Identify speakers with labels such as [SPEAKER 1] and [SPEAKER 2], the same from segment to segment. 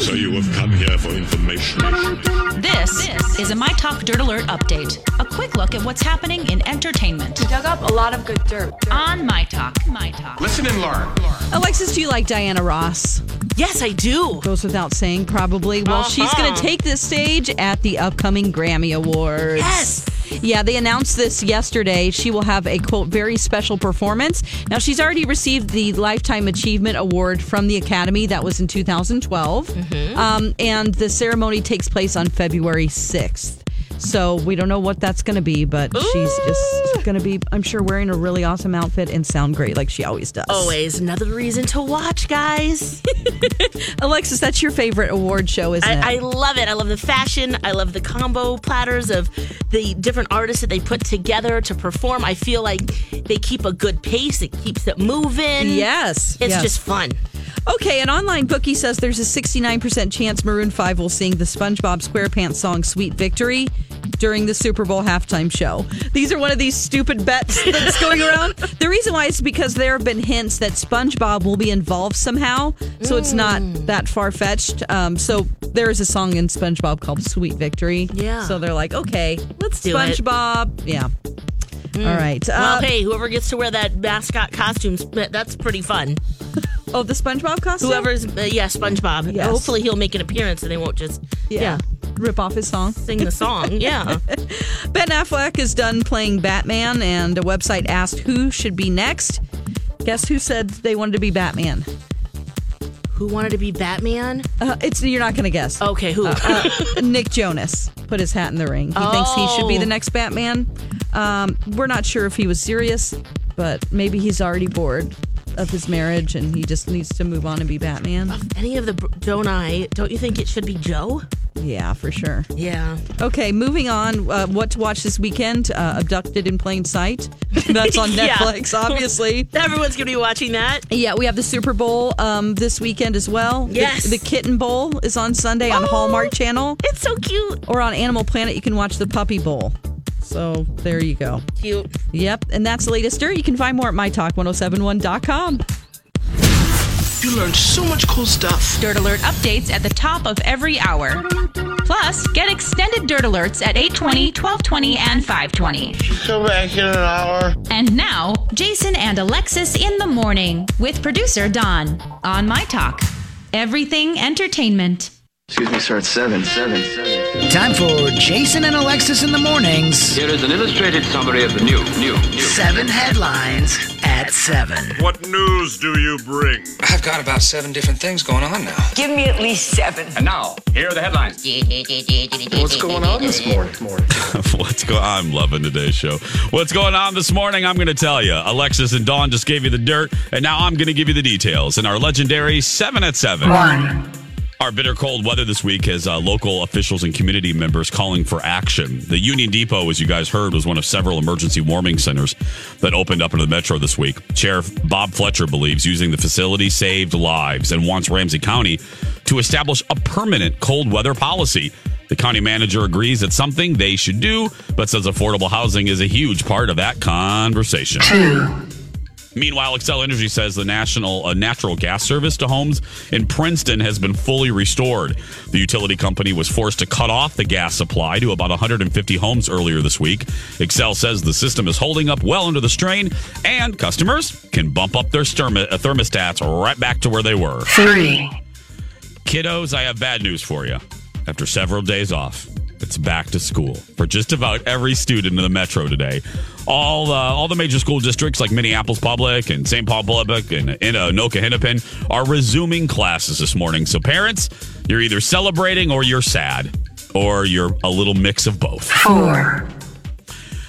[SPEAKER 1] So you have come here for information.
[SPEAKER 2] This, is a My Talk Dirt Alert update. A quick look at what's happening in entertainment
[SPEAKER 3] We dug up a lot of good dirt.
[SPEAKER 2] on My Talk. My Talk.
[SPEAKER 1] Listen and learn.
[SPEAKER 4] Alexis, do you like Diana Ross?
[SPEAKER 5] Yes, I do.
[SPEAKER 4] Goes without saying, probably. Well, she's going to take this stage at the upcoming Grammy Awards.
[SPEAKER 5] Yes.
[SPEAKER 4] Yeah, they announced this yesterday. She will have a quote, very special performance. Now, she's already received the Lifetime Achievement Award from the Academy. That was in 2012. Um, and the ceremony takes place on February 6th. So we don't know what that's going to be, but she's just going to be, I'm sure, wearing a really awesome outfit and sound great like she always does.
[SPEAKER 5] Always another reason to watch, guys.
[SPEAKER 4] Alexis, that's your favorite award show, isn't it?
[SPEAKER 5] I, I love it. I love the fashion. I love the combo platters of the different artists that they put together to perform. I feel like they keep a good pace, it keeps it moving.
[SPEAKER 4] Yes.
[SPEAKER 5] It's
[SPEAKER 4] yes.
[SPEAKER 5] just fun.
[SPEAKER 4] Okay, an online bookie says there's a 69% chance Maroon 5 will sing the SpongeBob SquarePants song Sweet Victory during the Super Bowl halftime show. These are one of these stupid bets that's going around. The reason why is because there have been hints that SpongeBob will be involved somehow, so it's not
[SPEAKER 5] Mm.
[SPEAKER 4] that far fetched. Um, so there is a song in SpongeBob called Sweet Victory.
[SPEAKER 5] Yeah.
[SPEAKER 4] So they're like, okay, let's
[SPEAKER 5] Do it. Mm.
[SPEAKER 4] SpongeBob. Yeah. All right.
[SPEAKER 5] Well,
[SPEAKER 4] Uh,
[SPEAKER 5] hey, whoever gets to wear that mascot costume, that's pretty fun.
[SPEAKER 4] oh, the SpongeBob costume?
[SPEAKER 5] Whoever's, uh, yeah, SpongeBob.
[SPEAKER 4] Yes.
[SPEAKER 5] Hopefully he'll make an appearance and they won't just, yeah,
[SPEAKER 4] yeah. Rip off his song.
[SPEAKER 5] sing the song. Yeah.
[SPEAKER 4] Ben Affleck is done playing Batman, and a website asked who should be next. Guess who said they wanted to be Batman?
[SPEAKER 5] Who wanted to be Batman?
[SPEAKER 4] Uh, it's you're not going to guess.
[SPEAKER 5] Okay, who?
[SPEAKER 4] Uh, Nick Jonas put his hat in the ring. He thinks he should be
[SPEAKER 5] Oh.
[SPEAKER 4] the next Batman. Um, we're not sure if he was serious, but maybe he's already bored of his marriage and he just needs to move on and be Batman.
[SPEAKER 5] Any of the br- don't I? Don't you think it should be Joe?
[SPEAKER 4] Yeah, for sure.
[SPEAKER 5] Yeah.
[SPEAKER 4] Okay, moving on. Uh, what to watch this weekend? Uh, Abducted in Plain Sight. That's on
[SPEAKER 5] Yeah.
[SPEAKER 4] Netflix, obviously.
[SPEAKER 5] Everyone's going to be watching that.
[SPEAKER 4] Yeah, we have the Super Bowl um, this weekend as well. The-
[SPEAKER 5] Yes.
[SPEAKER 4] The, Kitten Bowl is on Sunday on
[SPEAKER 5] Oh.
[SPEAKER 4] Hallmark Channel
[SPEAKER 5] It's so cute.
[SPEAKER 4] or on Animal Planet. You can watch the Puppy Bowl. So there you go.
[SPEAKER 5] Cute.
[SPEAKER 4] Yep. And that's the latest dirt. You can find more at mytalk1071.com.
[SPEAKER 6] You learned so much cool stuff.
[SPEAKER 2] Dirt Alert updates at the top of every hour. Plus, get extended Dirt Alerts at 820, 1220, and 520.
[SPEAKER 7] Come back in an hour.
[SPEAKER 2] And now, Jason and Alexis in the morning with producer Don on My Talk. Everything entertainment.
[SPEAKER 8] Excuse me, sir. It's seven, seven, seven.
[SPEAKER 9] Time for Jason and Alexis in the mornings.
[SPEAKER 10] Here is an illustrated summary of the new, new, new.
[SPEAKER 9] Seven headlines at seven.
[SPEAKER 1] What news do you bring?
[SPEAKER 8] I've got about seven different things going on now.
[SPEAKER 3] Give me at least seven.
[SPEAKER 10] And now, here are the headlines.
[SPEAKER 8] What's going on this morning?
[SPEAKER 1] What's go? I'm loving today's show. What's going on this morning? I'm going to tell you. Alexis and Dawn just gave you the dirt, and now I'm going to give you the details in our legendary seven at seven.
[SPEAKER 9] One.
[SPEAKER 1] Our bitter cold weather this week has uh, local officials and community members calling for action. The Union Depot, as you guys heard, was one of several emergency warming centers that opened up into the metro this week. Sheriff Bob Fletcher believes using the facility saved lives and wants Ramsey County to establish a permanent cold weather policy. The county manager agrees it's something they should do, but says affordable housing is a huge part of that conversation. Meanwhile, Excel Energy says the national uh, natural gas service to homes in Princeton has been fully restored. The utility company was forced to cut off the gas supply to about 150 homes earlier this week. Excel says the system is holding up well under the strain, and customers can bump up their therm- uh, thermostats right back to where they were.
[SPEAKER 9] Three.
[SPEAKER 1] Kiddos, I have bad news for you. After several days off, it's back to school for just about every student in the metro today. All uh, all the major school districts like Minneapolis Public and St. Paul Public and in Anoka Hennepin are resuming classes this morning. So parents, you're either celebrating or you're sad or you're a little mix of both.
[SPEAKER 11] Four.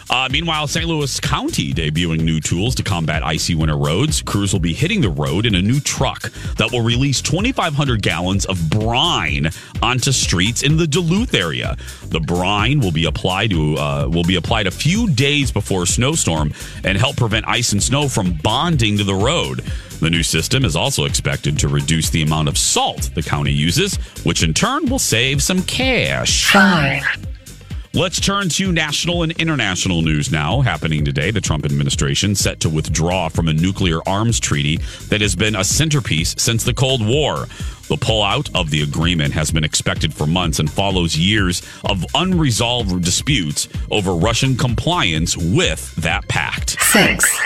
[SPEAKER 1] Uh, meanwhile, St. Louis County debuting new tools to combat icy winter roads. Crews will be hitting the road in a new truck that will release 2,500 gallons of brine onto streets in the Duluth area. The brine will be applied to uh, will be applied a few days before a snowstorm and help prevent ice and snow from bonding to the road. The new system is also expected to reduce the amount of salt the county uses, which in turn will save some cash. Let's turn to national and international news now. Happening today, the Trump administration set to withdraw from a nuclear arms treaty that has been a centerpiece since the Cold War. The pullout of the agreement has been expected for months and follows years of unresolved disputes over Russian compliance with that pact.
[SPEAKER 11] Six.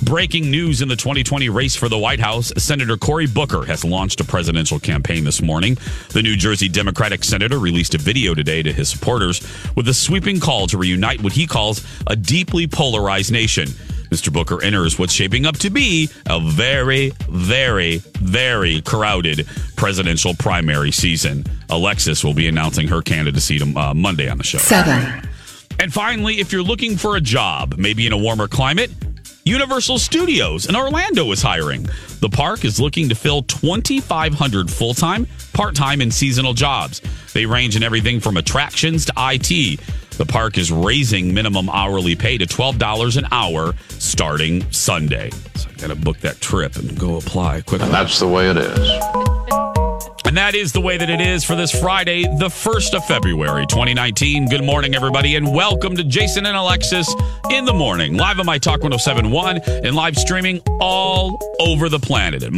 [SPEAKER 1] Breaking news in the 2020 race for the White House, Senator Cory Booker has launched a presidential campaign this morning. The New Jersey Democratic senator released a video today to his supporters with a sweeping call to reunite what he calls a deeply polarized nation. Mr. Booker enters what's shaping up to be a very, very, very crowded presidential primary season. Alexis will be announcing her candidacy to, uh, Monday on the show.
[SPEAKER 11] Seven.
[SPEAKER 1] And finally, if you're looking for a job, maybe in a warmer climate, Universal Studios in Orlando is hiring. The park is looking to fill 2,500 full time, part time, and seasonal jobs. They range in everything from attractions to IT. The park is raising minimum hourly pay to $12 an hour starting Sunday. So I got to book that trip and go apply quickly.
[SPEAKER 7] And that's the way it is.
[SPEAKER 1] And that is the way that it is for this Friday, the 1st of February, 2019. Good morning, everybody, and welcome to Jason and Alexis in the morning, live on My Talk 1071 and live streaming all over the planet at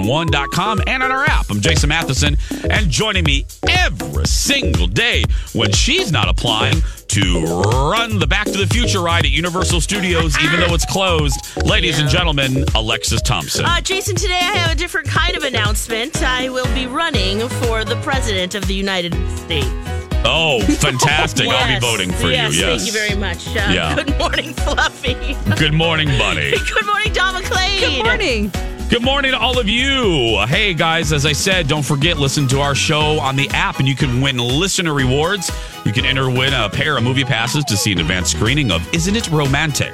[SPEAKER 1] MyTalk1071.com and on our app. I'm Jason Matheson, and joining me every single day when she's not applying to run the Back to the Future ride at Universal Studios, even though it's closed, ladies and gentlemen, Alexis Thompson.
[SPEAKER 5] Uh, Jason, today I have a different kind of announcement. I will be running for the President of the United States.
[SPEAKER 1] Oh, fantastic. I'll be
[SPEAKER 5] Yes.
[SPEAKER 1] voting for
[SPEAKER 5] yes,
[SPEAKER 1] you. Yes.
[SPEAKER 5] Thank you very much. Uh,
[SPEAKER 1] Yeah.
[SPEAKER 5] Good morning, Fluffy.
[SPEAKER 1] Good morning, buddy.
[SPEAKER 5] good morning, Don McLean. Good
[SPEAKER 4] morning.
[SPEAKER 1] Good morning to all of you. Hey, guys, as I said, don't forget, listen to our show on the app, and you can win listener rewards. You can enter to win a pair of movie passes to see an advanced screening of Isn't It Romantic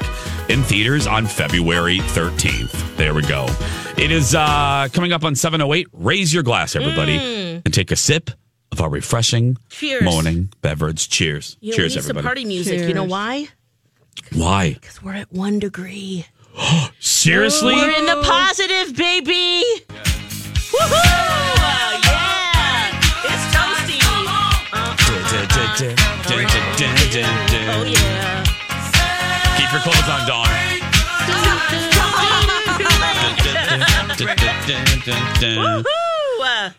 [SPEAKER 1] in theaters on February 13th. There we go. It is uh, coming up on 708. Raise your glass, everybody, and take a sip of our refreshing
[SPEAKER 5] Mm. Cheers.
[SPEAKER 1] morning beverage. Cheers.
[SPEAKER 5] You know,
[SPEAKER 1] Cheers,
[SPEAKER 5] we need some
[SPEAKER 1] everybody.
[SPEAKER 5] party music. You know why?
[SPEAKER 1] Why?
[SPEAKER 5] Because we're at one degree.
[SPEAKER 1] Seriously?
[SPEAKER 5] We're in the positive, baby. Woohoo! Uh, yeah. It's toasty.
[SPEAKER 1] Oh,
[SPEAKER 5] yeah.
[SPEAKER 1] Keep your clothes on, Dawn.
[SPEAKER 5] Woohoo! Uh,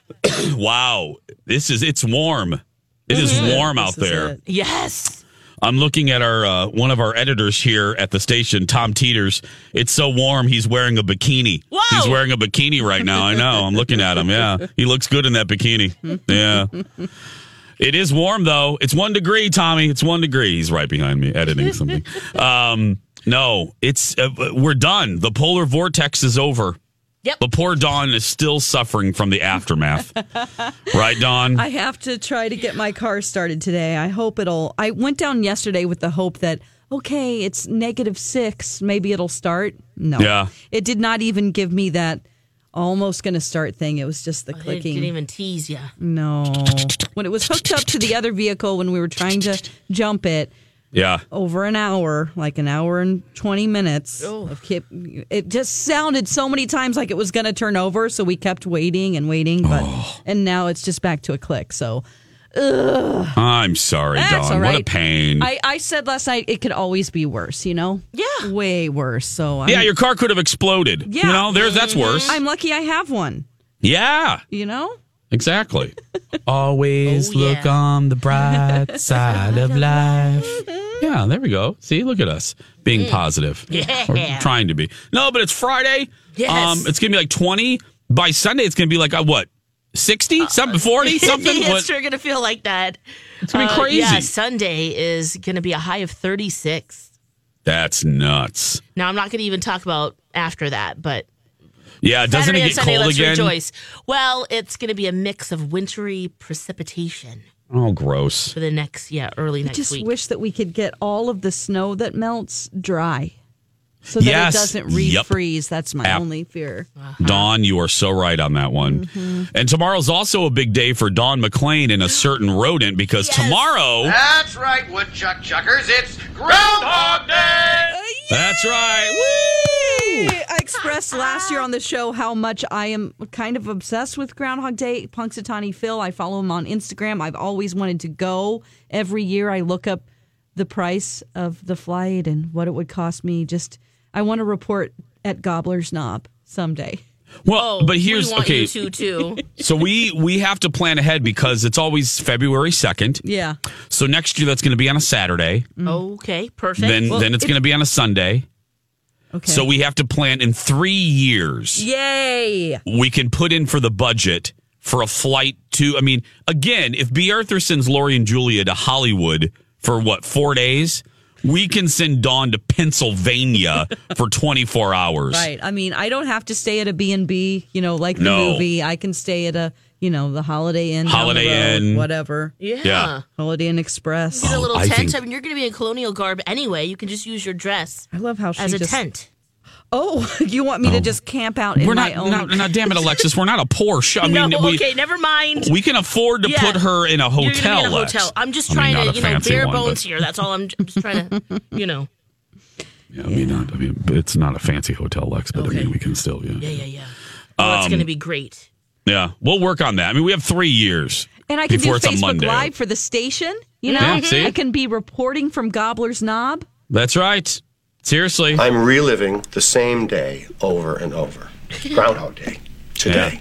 [SPEAKER 1] wow. This is, it's warm. It is warm out there.
[SPEAKER 5] Yes.
[SPEAKER 1] I'm looking at our, uh, one of our editors here at the station, Tom Teeters. It's so warm. He's wearing a bikini.
[SPEAKER 5] Whoa!
[SPEAKER 1] He's wearing a bikini right now. I know. I'm looking at him. Yeah. He looks good in that bikini. Yeah. It is warm though. It's one degree, Tommy. It's one degree. He's right behind me editing something. um, no, it's uh, we're done. The polar vortex is over.
[SPEAKER 5] Yep.
[SPEAKER 1] But poor Dawn is still suffering from the aftermath. right, Dawn?
[SPEAKER 4] I have to try to get my car started today. I hope it'll. I went down yesterday with the hope that, okay, it's negative six. Maybe it'll start. No.
[SPEAKER 1] Yeah.
[SPEAKER 4] It did not even give me that almost going to start thing. It was just the
[SPEAKER 5] It
[SPEAKER 4] clicking.
[SPEAKER 5] Oh, didn't even tease you.
[SPEAKER 4] no. When it was hooked up to the other vehicle when we were trying to jump it
[SPEAKER 1] Yeah.
[SPEAKER 4] over an hour, like an hour and 20 minutes
[SPEAKER 5] Oh.
[SPEAKER 4] of kip, it just sounded so many times like it was going to turn over. So we kept waiting and waiting. But, and now it's just back to a click. So, ugh.
[SPEAKER 1] I'm sorry,
[SPEAKER 4] That's
[SPEAKER 1] Dawn.
[SPEAKER 4] all
[SPEAKER 1] What a
[SPEAKER 4] right.
[SPEAKER 1] pain.
[SPEAKER 4] I, I said last night it could always be worse, you know? Yeah. Way worse. So I'm,
[SPEAKER 1] yeah, your car could have exploded.
[SPEAKER 4] Yeah.
[SPEAKER 1] You know, there's that's worse.
[SPEAKER 4] I'm lucky I have one,
[SPEAKER 1] yeah.
[SPEAKER 4] you know?
[SPEAKER 1] Exactly. Always
[SPEAKER 5] Oh,
[SPEAKER 1] look on the bright side of life.
[SPEAKER 5] Mm-hmm.
[SPEAKER 1] Yeah, there we go. See, look at us being
[SPEAKER 5] Mm.
[SPEAKER 1] positive.
[SPEAKER 11] Yeah.
[SPEAKER 1] Or trying to be. No, but it's Friday.
[SPEAKER 11] Yes.
[SPEAKER 1] it's going to be like 20. By Sunday, it's going to be like, uh, what? 60, something, 40, something.
[SPEAKER 5] yes,
[SPEAKER 1] What-
[SPEAKER 5] we're gonna feel like that. It's
[SPEAKER 1] gonna be
[SPEAKER 5] Yeah,
[SPEAKER 1] crazy.
[SPEAKER 5] Sunday is gonna be a high of 36.
[SPEAKER 1] That's nuts.
[SPEAKER 5] Now I'm not gonna even talk about after that, but
[SPEAKER 1] Yeah, doesn't
[SPEAKER 5] Saturday
[SPEAKER 1] it
[SPEAKER 5] and
[SPEAKER 1] get
[SPEAKER 5] Sunday,
[SPEAKER 1] cold
[SPEAKER 5] let's
[SPEAKER 1] again?
[SPEAKER 5] rejoice. Well, it's gonna be a mix of wintry precipitation
[SPEAKER 1] Oh, gross.
[SPEAKER 5] for the next yeah early
[SPEAKER 4] I
[SPEAKER 5] next
[SPEAKER 4] just
[SPEAKER 5] week.
[SPEAKER 4] wish that we could get all of the snow that melts dry so that
[SPEAKER 1] Yes.
[SPEAKER 4] it doesn't
[SPEAKER 1] Yep.
[SPEAKER 4] refreeze. That's my
[SPEAKER 1] Ab-
[SPEAKER 4] only fear.
[SPEAKER 5] Uh-huh.
[SPEAKER 1] Dawn, you are so right on that one.
[SPEAKER 5] Mm-hmm.
[SPEAKER 1] And tomorrow's also a big day for Dawn McLean and a certain rodent because tomorrow.
[SPEAKER 9] That's right, woodchuck chuckers. It's Groundhog Day.
[SPEAKER 1] That's right. Woo!
[SPEAKER 4] I expressed last year on the show how much I am kind of obsessed with Groundhog Day. Punxsutawney Phil, I follow him on Instagram. I've always wanted to go. Every year I look up the price of the flight and what it would cost me. Just I want to report at Gobbler's Knob someday.
[SPEAKER 1] Well, but here's
[SPEAKER 5] Oh, we want
[SPEAKER 1] okay.
[SPEAKER 5] you to too.
[SPEAKER 1] So we we have to plan ahead because it's always February second.
[SPEAKER 4] Yeah.
[SPEAKER 1] So next year that's going to be on a Saturday.
[SPEAKER 4] Mm.
[SPEAKER 5] okay, perfect.
[SPEAKER 1] Then then it's going to be on a Sunday.
[SPEAKER 4] Okay.
[SPEAKER 1] So we have to plan in three years.
[SPEAKER 4] Yay.
[SPEAKER 1] we can put in for the budget for a flight to I mean, again, if B. Arthur sends Lori and Julia to Hollywood for what, four days, we can send Dawn to Pennsylvania for twenty four hours.
[SPEAKER 4] Right. I mean, I don't have to stay at a B&B, you know, like the
[SPEAKER 1] No.
[SPEAKER 4] movie. I can stay at a, you know, the Holiday Inn, down the
[SPEAKER 1] Holiday
[SPEAKER 4] road,
[SPEAKER 1] Inn.
[SPEAKER 4] whatever.
[SPEAKER 5] yeah.
[SPEAKER 1] Yeah.
[SPEAKER 4] Holiday Inn Express.
[SPEAKER 5] Get a little
[SPEAKER 1] Oh, I
[SPEAKER 5] tent.
[SPEAKER 1] think-
[SPEAKER 5] I mean, you're going to be in colonial garb anyway. You can just use your dress
[SPEAKER 4] I love how she
[SPEAKER 5] as a
[SPEAKER 4] just,
[SPEAKER 5] tent.
[SPEAKER 4] Oh, you want me to just camp out in
[SPEAKER 1] We're
[SPEAKER 4] my
[SPEAKER 1] not,
[SPEAKER 4] own?
[SPEAKER 1] not, not damn it, Alexis. We're not a poor show. I mean,
[SPEAKER 5] no,
[SPEAKER 1] we,
[SPEAKER 5] okay, never mind.
[SPEAKER 1] we can afford to
[SPEAKER 5] Yeah.
[SPEAKER 1] put her in a
[SPEAKER 5] You're gonna
[SPEAKER 1] hotel.
[SPEAKER 5] be in a
[SPEAKER 1] Lex.
[SPEAKER 5] hotel. I'm just
[SPEAKER 1] I
[SPEAKER 5] trying
[SPEAKER 1] mean, not a
[SPEAKER 5] to, you know,
[SPEAKER 1] fancy
[SPEAKER 5] bare
[SPEAKER 1] one,
[SPEAKER 5] bones
[SPEAKER 1] but-
[SPEAKER 5] here. That's all. I'm just trying to, you know.
[SPEAKER 1] Yeah, I mean, not, I mean, it's not a fancy hotel, Lex, but I mean, we can still,
[SPEAKER 5] Yeah, yeah, yeah. Oh, it's
[SPEAKER 1] Um,
[SPEAKER 5] going to be great.
[SPEAKER 1] Yeah, we'll work on that. I mean, we have three years.
[SPEAKER 4] and I can do
[SPEAKER 1] before it's a
[SPEAKER 4] Facebook
[SPEAKER 1] Monday.
[SPEAKER 4] Live for the station. You know,
[SPEAKER 1] Yeah, see?
[SPEAKER 4] I can be reporting from Gobbler's Knob.
[SPEAKER 1] That's right. Seriously.
[SPEAKER 11] I'm reliving the same day over and over. Groundhog Day. Today.
[SPEAKER 1] Yeah.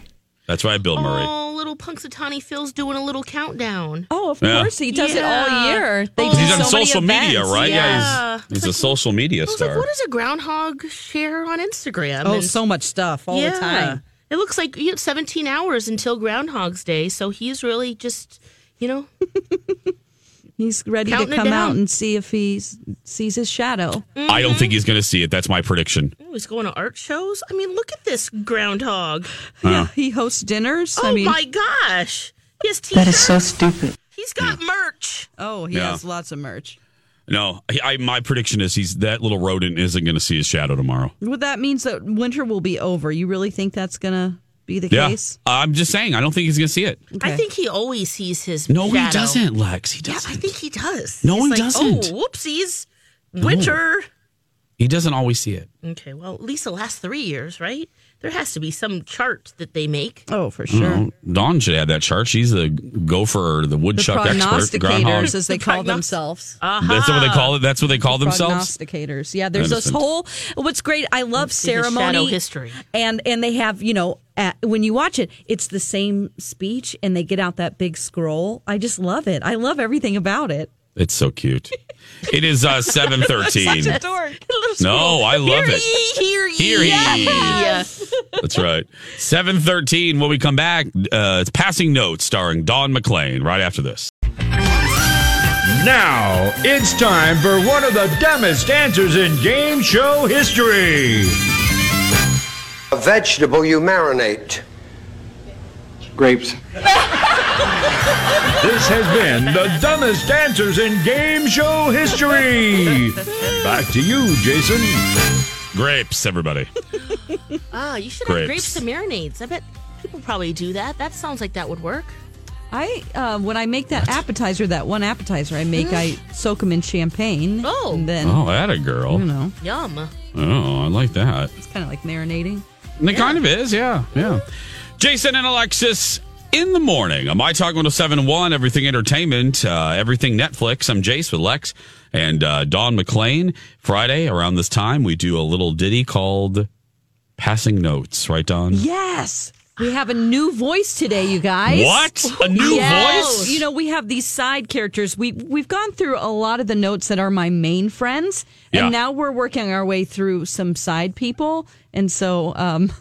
[SPEAKER 1] That's right, Bill Murray.
[SPEAKER 5] Oh, little Punxsutawney Phil's doing a little countdown.
[SPEAKER 4] Oh, of
[SPEAKER 1] Yeah.
[SPEAKER 4] course, he does it
[SPEAKER 5] Yeah.
[SPEAKER 4] all year. They
[SPEAKER 5] Oh.
[SPEAKER 4] do
[SPEAKER 1] He's on
[SPEAKER 4] so many
[SPEAKER 1] social media,
[SPEAKER 4] events.
[SPEAKER 1] right?
[SPEAKER 5] Yeah.
[SPEAKER 1] he's, he's a social media
[SPEAKER 5] I was
[SPEAKER 1] star.
[SPEAKER 5] like, what does a groundhog share on Instagram?
[SPEAKER 4] Oh,
[SPEAKER 5] And-
[SPEAKER 4] so much stuff all the time.
[SPEAKER 5] It looks like you have 17 hours until Groundhog's Day, so he's really just, you know,
[SPEAKER 4] He's ready
[SPEAKER 5] Counting
[SPEAKER 4] to
[SPEAKER 5] it
[SPEAKER 4] come out
[SPEAKER 5] down.
[SPEAKER 4] and see if he sees his shadow.
[SPEAKER 1] I don't
[SPEAKER 5] Mm-hmm.
[SPEAKER 1] think he's going to see it. That's my prediction.
[SPEAKER 5] oh, he's going to art shows. I mean, look at this groundhog.
[SPEAKER 4] Yeah, he hosts dinners. I
[SPEAKER 5] oh
[SPEAKER 4] mean,
[SPEAKER 5] my gosh, he has t-shirts.
[SPEAKER 9] stupid.
[SPEAKER 5] He's got merch.
[SPEAKER 4] oh, he
[SPEAKER 1] Yeah.
[SPEAKER 4] has lots of merch.
[SPEAKER 1] No, I- I, my prediction is he's that little rodent isn't going to see his shadow tomorrow.
[SPEAKER 4] Well, that means that winter will be over. You really think that's gonna be the
[SPEAKER 1] Yeah,
[SPEAKER 4] case?
[SPEAKER 1] I'm just saying. I don't think he's going to see it.
[SPEAKER 5] I think he always sees his.
[SPEAKER 1] No,
[SPEAKER 5] shadow.
[SPEAKER 1] he doesn't, Lex. He
[SPEAKER 5] Yeah, I
[SPEAKER 1] doesn't.
[SPEAKER 5] think he does.
[SPEAKER 1] No,
[SPEAKER 5] He's
[SPEAKER 1] he
[SPEAKER 5] like,
[SPEAKER 1] doesn't.
[SPEAKER 5] Oh, whoopsies, winter.
[SPEAKER 1] he doesn't always see it.
[SPEAKER 5] Okay, well, at least the last three years, right? There has to be some chart that they make.
[SPEAKER 4] Oh, for sure.
[SPEAKER 1] Well, Dawn should have that chart. She's the gopher, or the
[SPEAKER 4] the
[SPEAKER 1] woodchuck expert, the groundhog.
[SPEAKER 4] prognosticators, as they call themselves.
[SPEAKER 1] That's what they call it. That's what they call themselves.
[SPEAKER 4] Prognosticators. Yeah, there's this
[SPEAKER 1] Innocent.
[SPEAKER 4] whole. What's great? I love
[SPEAKER 5] See his shadow
[SPEAKER 4] ceremony
[SPEAKER 5] history.
[SPEAKER 4] and and they have you know at, when you watch it, it's the same speech, and they get out that big scroll. I just love it. I love everything about it.
[SPEAKER 1] It's so cute. it is uh, seven thirteen.
[SPEAKER 4] dork.
[SPEAKER 1] No, I love it.
[SPEAKER 5] Hear ye,
[SPEAKER 1] Hear ye.
[SPEAKER 5] Yeah.
[SPEAKER 1] That's right. 713 when we come back, uh, it's Passing Notes starring Don McLean right after this.
[SPEAKER 12] Now it's time for one of the dumbest answers in game show history.
[SPEAKER 11] A vegetable you marinate. Grapes.
[SPEAKER 12] This has been the dumbest answers in game show history. Back to you, Jason.
[SPEAKER 1] Grapes, everybody.
[SPEAKER 5] Ah, you should have
[SPEAKER 1] Grapes.
[SPEAKER 5] grapes to marinades. I bet people probably do that. That sounds like that would work.
[SPEAKER 4] I uh, when I make that appetizer, that one appetizer I make, I soak them in champagne.
[SPEAKER 5] Oh.
[SPEAKER 4] and then
[SPEAKER 1] Oh, that a girl.
[SPEAKER 4] you know
[SPEAKER 5] Yum.
[SPEAKER 1] Oh, I like that.
[SPEAKER 4] it's kind of like marinating.
[SPEAKER 1] And It kind of is, yeah. Yeah. Jason and Alexis in the morning on My Talk 1071, Everything Entertainment, uh, Everything Netflix. I'm Jace with Lex and uh, Don McLean. Friday, around this time, we do a little ditty called Passing Notes, right, Don?
[SPEAKER 4] Yes. We have a new voice today, you guys.
[SPEAKER 1] What? A new
[SPEAKER 4] Yes.
[SPEAKER 1] voice?
[SPEAKER 4] You know, we have these side characters. We we've gone through a lot of the notes that are my main friends, and
[SPEAKER 1] Yeah.
[SPEAKER 4] now we're working our way through some side people. And so, um,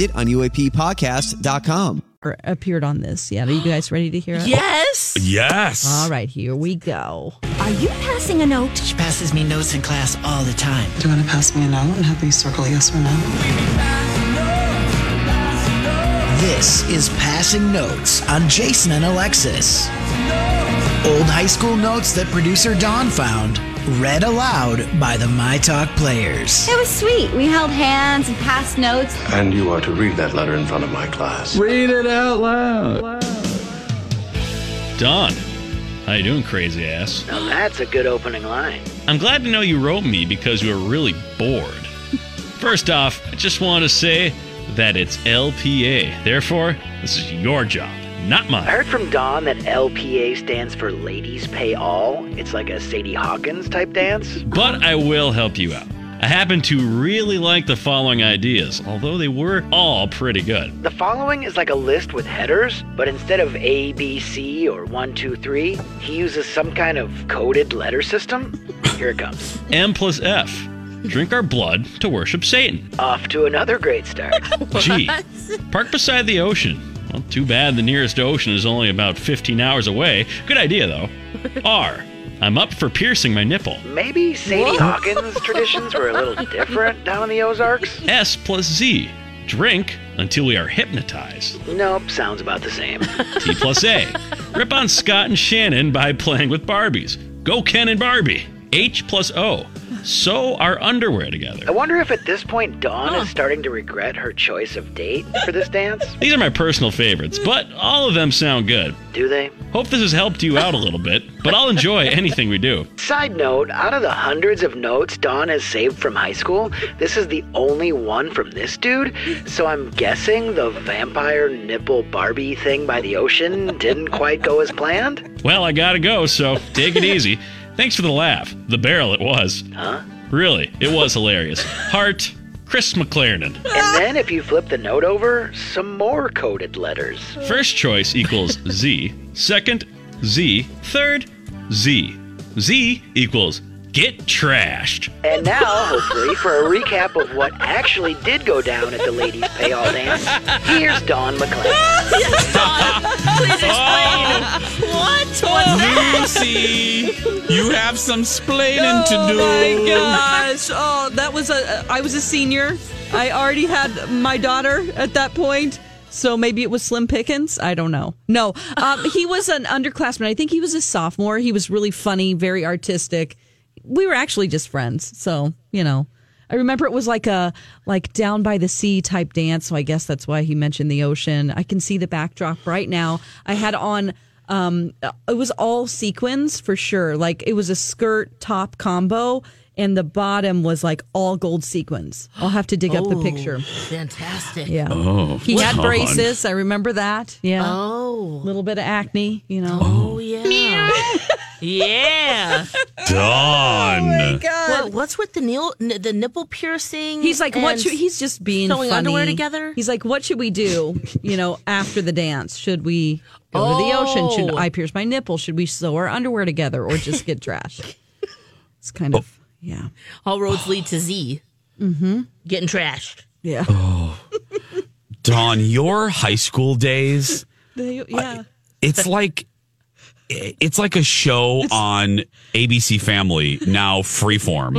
[SPEAKER 13] it on UAPpodcast.com.
[SPEAKER 4] Or appeared on this. Yeah, are you guys ready to hear it?
[SPEAKER 5] Yes.
[SPEAKER 1] Yes.
[SPEAKER 4] All right, here we go.
[SPEAKER 14] Are you passing a note?
[SPEAKER 15] She passes me notes in class all the time.
[SPEAKER 16] Do you want to pass me a note and have me circle yes or no?
[SPEAKER 15] This is Passing Notes on Jason and Alexis. Old high school notes that producer Don found, read aloud by the My Talk players.
[SPEAKER 14] It was sweet. We held hands and passed notes.
[SPEAKER 17] And you are to read that letter in front of my class.
[SPEAKER 12] Read it out loud.
[SPEAKER 18] Don, how you doing, crazy ass?
[SPEAKER 15] Now that's a good opening line.
[SPEAKER 18] I'm glad to know you wrote me because you were really bored. First off, I just want to say that it's LPA. Therefore, this is your job not mine.
[SPEAKER 15] I heard from Don that LPA stands for Ladies Pay All. It's like a Sadie Hawkins type dance.
[SPEAKER 18] But I will help you out. I happen to really like the following ideas, although they were all pretty good.
[SPEAKER 15] The following is like a list with headers, but instead of A, B, C, or 1, 2, 3, he uses some kind of coded letter system. Here it comes
[SPEAKER 18] M plus F. Drink our blood to worship Satan.
[SPEAKER 15] Off to another great start.
[SPEAKER 18] G. Park beside the ocean. Well, too bad the nearest ocean is only about 15 hours away. Good idea, though. R. I'm up for piercing my nipple.
[SPEAKER 15] Maybe Sadie Whoa. Hawkins' traditions were a little different down in the Ozarks.
[SPEAKER 18] S plus Z. Drink until we are hypnotized.
[SPEAKER 15] Nope, sounds about the same.
[SPEAKER 18] T plus A. Rip on Scott and Shannon by playing with Barbies. Go Ken and Barbie. H plus O sew our underwear together.
[SPEAKER 15] I wonder if at this point Dawn huh. is starting to regret her choice of date for this dance.
[SPEAKER 18] These are my personal favorites, but all of them sound good.
[SPEAKER 15] Do they?
[SPEAKER 18] Hope this has helped you out a little bit, but I'll enjoy anything we do.
[SPEAKER 15] Side note out of the hundreds of notes Dawn has saved from high school, this is the only one from this dude, so I'm guessing the vampire nipple Barbie thing by the ocean didn't quite go as planned?
[SPEAKER 18] Well, I gotta go, so take it easy. Thanks for the laugh. The barrel it was.
[SPEAKER 15] Huh?
[SPEAKER 18] Really, it was hilarious. Heart, Chris McClarnon.
[SPEAKER 15] And then if you flip the note over, some more coded letters.
[SPEAKER 18] First choice equals Z. Second, Z. Third, Z. Z equals get trashed.
[SPEAKER 15] And now, hopefully, for a recap of what actually did go down at the ladies' pay all dance, here's Don McLean.
[SPEAKER 5] yes, Don, please explain. Oh. What was that?
[SPEAKER 19] Lucy, you have some splaining to do.
[SPEAKER 4] Oh my gosh! Oh, that was a. I was a senior. I already had my daughter at that point. So maybe it was Slim Pickens. I don't know. No, um, he was an underclassman. I think he was a sophomore. He was really funny, very artistic we were actually just friends. So, you know, I remember it was like a like down by the sea type dance. So I guess that's why he mentioned the ocean. I can see the backdrop right now. I had on um it was all sequins for sure. Like it was a skirt top combo and the bottom was like all gold sequins. I'll have to dig oh, up the picture.
[SPEAKER 5] Fantastic.
[SPEAKER 4] Yeah.
[SPEAKER 1] Oh,
[SPEAKER 4] he had on. braces. I remember that. Yeah.
[SPEAKER 5] Oh.
[SPEAKER 4] A little bit of acne, you know.
[SPEAKER 5] Oh, yeah. yeah.
[SPEAKER 1] Don.
[SPEAKER 4] Oh God.
[SPEAKER 5] What, what's with the nil, n- the nipple piercing?
[SPEAKER 4] He's like, what should he's just being
[SPEAKER 5] sewing
[SPEAKER 4] funny.
[SPEAKER 5] underwear together?
[SPEAKER 4] He's like, what should we do? You know, after the dance, should we go oh. to the ocean? Should I pierce my nipple? Should we sew our underwear together, or just get trashed? it's kind of oh. yeah.
[SPEAKER 5] All roads lead to Z.
[SPEAKER 4] Mm-hmm.
[SPEAKER 5] Getting trashed.
[SPEAKER 4] Yeah.
[SPEAKER 1] Oh. Don, your high school days.
[SPEAKER 4] They, yeah. I,
[SPEAKER 1] it's like it's like a show on ABC Family now, Freeform.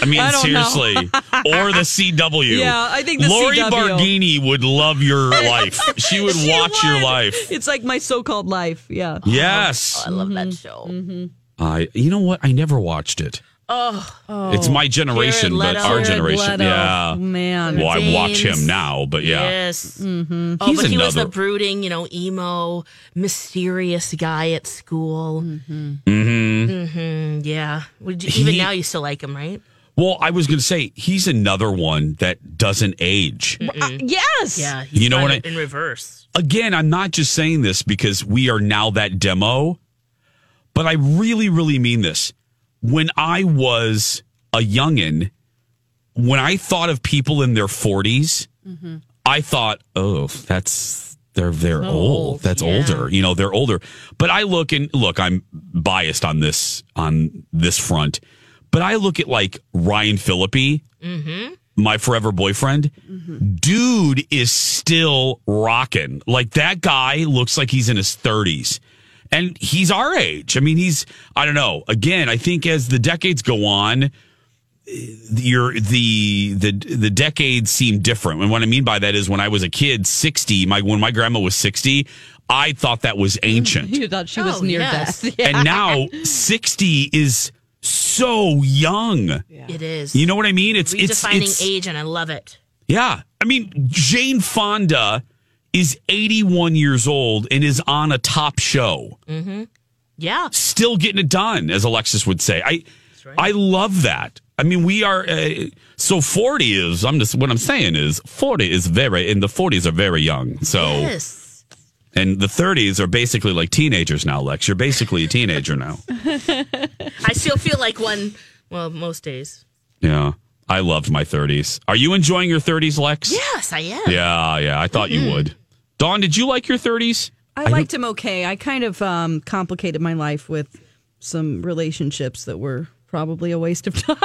[SPEAKER 1] I mean,
[SPEAKER 4] I
[SPEAKER 1] seriously, or the CW.
[SPEAKER 4] Yeah, I think the
[SPEAKER 1] Lori
[SPEAKER 4] CW.
[SPEAKER 1] Barghini would love your life. She would
[SPEAKER 4] She
[SPEAKER 1] watch
[SPEAKER 4] would.
[SPEAKER 1] your life.
[SPEAKER 4] It's like my so-called life. Yeah.
[SPEAKER 1] Yes.
[SPEAKER 5] Oh, I love that show.
[SPEAKER 4] Mm-hmm.
[SPEAKER 1] I. you know what? I never watched it.
[SPEAKER 5] Oh, oh.
[SPEAKER 1] it's my generation,
[SPEAKER 5] Jared
[SPEAKER 1] but our
[SPEAKER 5] Leto.
[SPEAKER 1] generation,
[SPEAKER 4] Leto.
[SPEAKER 1] yeah.
[SPEAKER 4] Man.
[SPEAKER 1] Well, I
[SPEAKER 5] James.
[SPEAKER 1] watch him now, but yeah.
[SPEAKER 5] Yes.
[SPEAKER 4] Mm-hmm.
[SPEAKER 5] Oh,
[SPEAKER 1] He's
[SPEAKER 5] but he was the
[SPEAKER 1] another-
[SPEAKER 5] brooding, you know, emo, mysterious guy at school.
[SPEAKER 1] Mm-hmm.
[SPEAKER 5] hmm Yeah. Would you, even
[SPEAKER 1] He-
[SPEAKER 5] now you still like him, right?
[SPEAKER 1] Well, I was going to say he's another one that doesn't age.
[SPEAKER 4] yes.
[SPEAKER 5] Yeah.
[SPEAKER 1] You know
[SPEAKER 5] kind
[SPEAKER 1] what
[SPEAKER 5] of
[SPEAKER 1] I-
[SPEAKER 5] In reverse.
[SPEAKER 1] Again, I'm not just saying this because we are now that demo, but I really, really mean this. When I was a youngin, when I thought of people in their 40s, I thought, oh, that's they're they're old. That's older. You know, they're older. But I look and look, I'm biased on this on this front. But I look at like Ryan Philippi, my forever boyfriend. Dude is still rocking. Like that guy looks like he's in his 30s. And he's our age. I mean, he's I don't know. Again, I think as the decades go on, your the the the decades seem different. And what I mean by that is when I was a kid, sixty, my when my grandma was sixty, I thought that was ancient.
[SPEAKER 4] You thought she was
[SPEAKER 5] Oh,
[SPEAKER 4] near
[SPEAKER 5] yes.
[SPEAKER 4] death.
[SPEAKER 1] And now sixty is so young.
[SPEAKER 5] It is.
[SPEAKER 1] You know what I mean? It's it's,
[SPEAKER 5] Redefining
[SPEAKER 1] it's
[SPEAKER 5] age, and I love it.
[SPEAKER 1] yeah. I mean, Jane Fonda is eighty one years old and is on a top show.
[SPEAKER 5] Yeah.
[SPEAKER 1] still getting it done, as Alexis would say. I I love that. I mean, we are uh, so forty is. I'm just what I'm saying is forty is very, and the forties are very young. So
[SPEAKER 5] Yes.
[SPEAKER 1] and the thirties are basically like teenagers now. Lex, you're basically a teenager now.
[SPEAKER 5] I still feel like one. Well, most days.
[SPEAKER 1] Yeah, I loved my thirties. Are you enjoying your thirties, Lex?
[SPEAKER 5] Yes, I am.
[SPEAKER 1] Yeah, yeah. I thought you would. Dawn, did you like your thirties?
[SPEAKER 4] I liked him okay. I kind of um, complicated my life with some relationships that were probably a waste of time.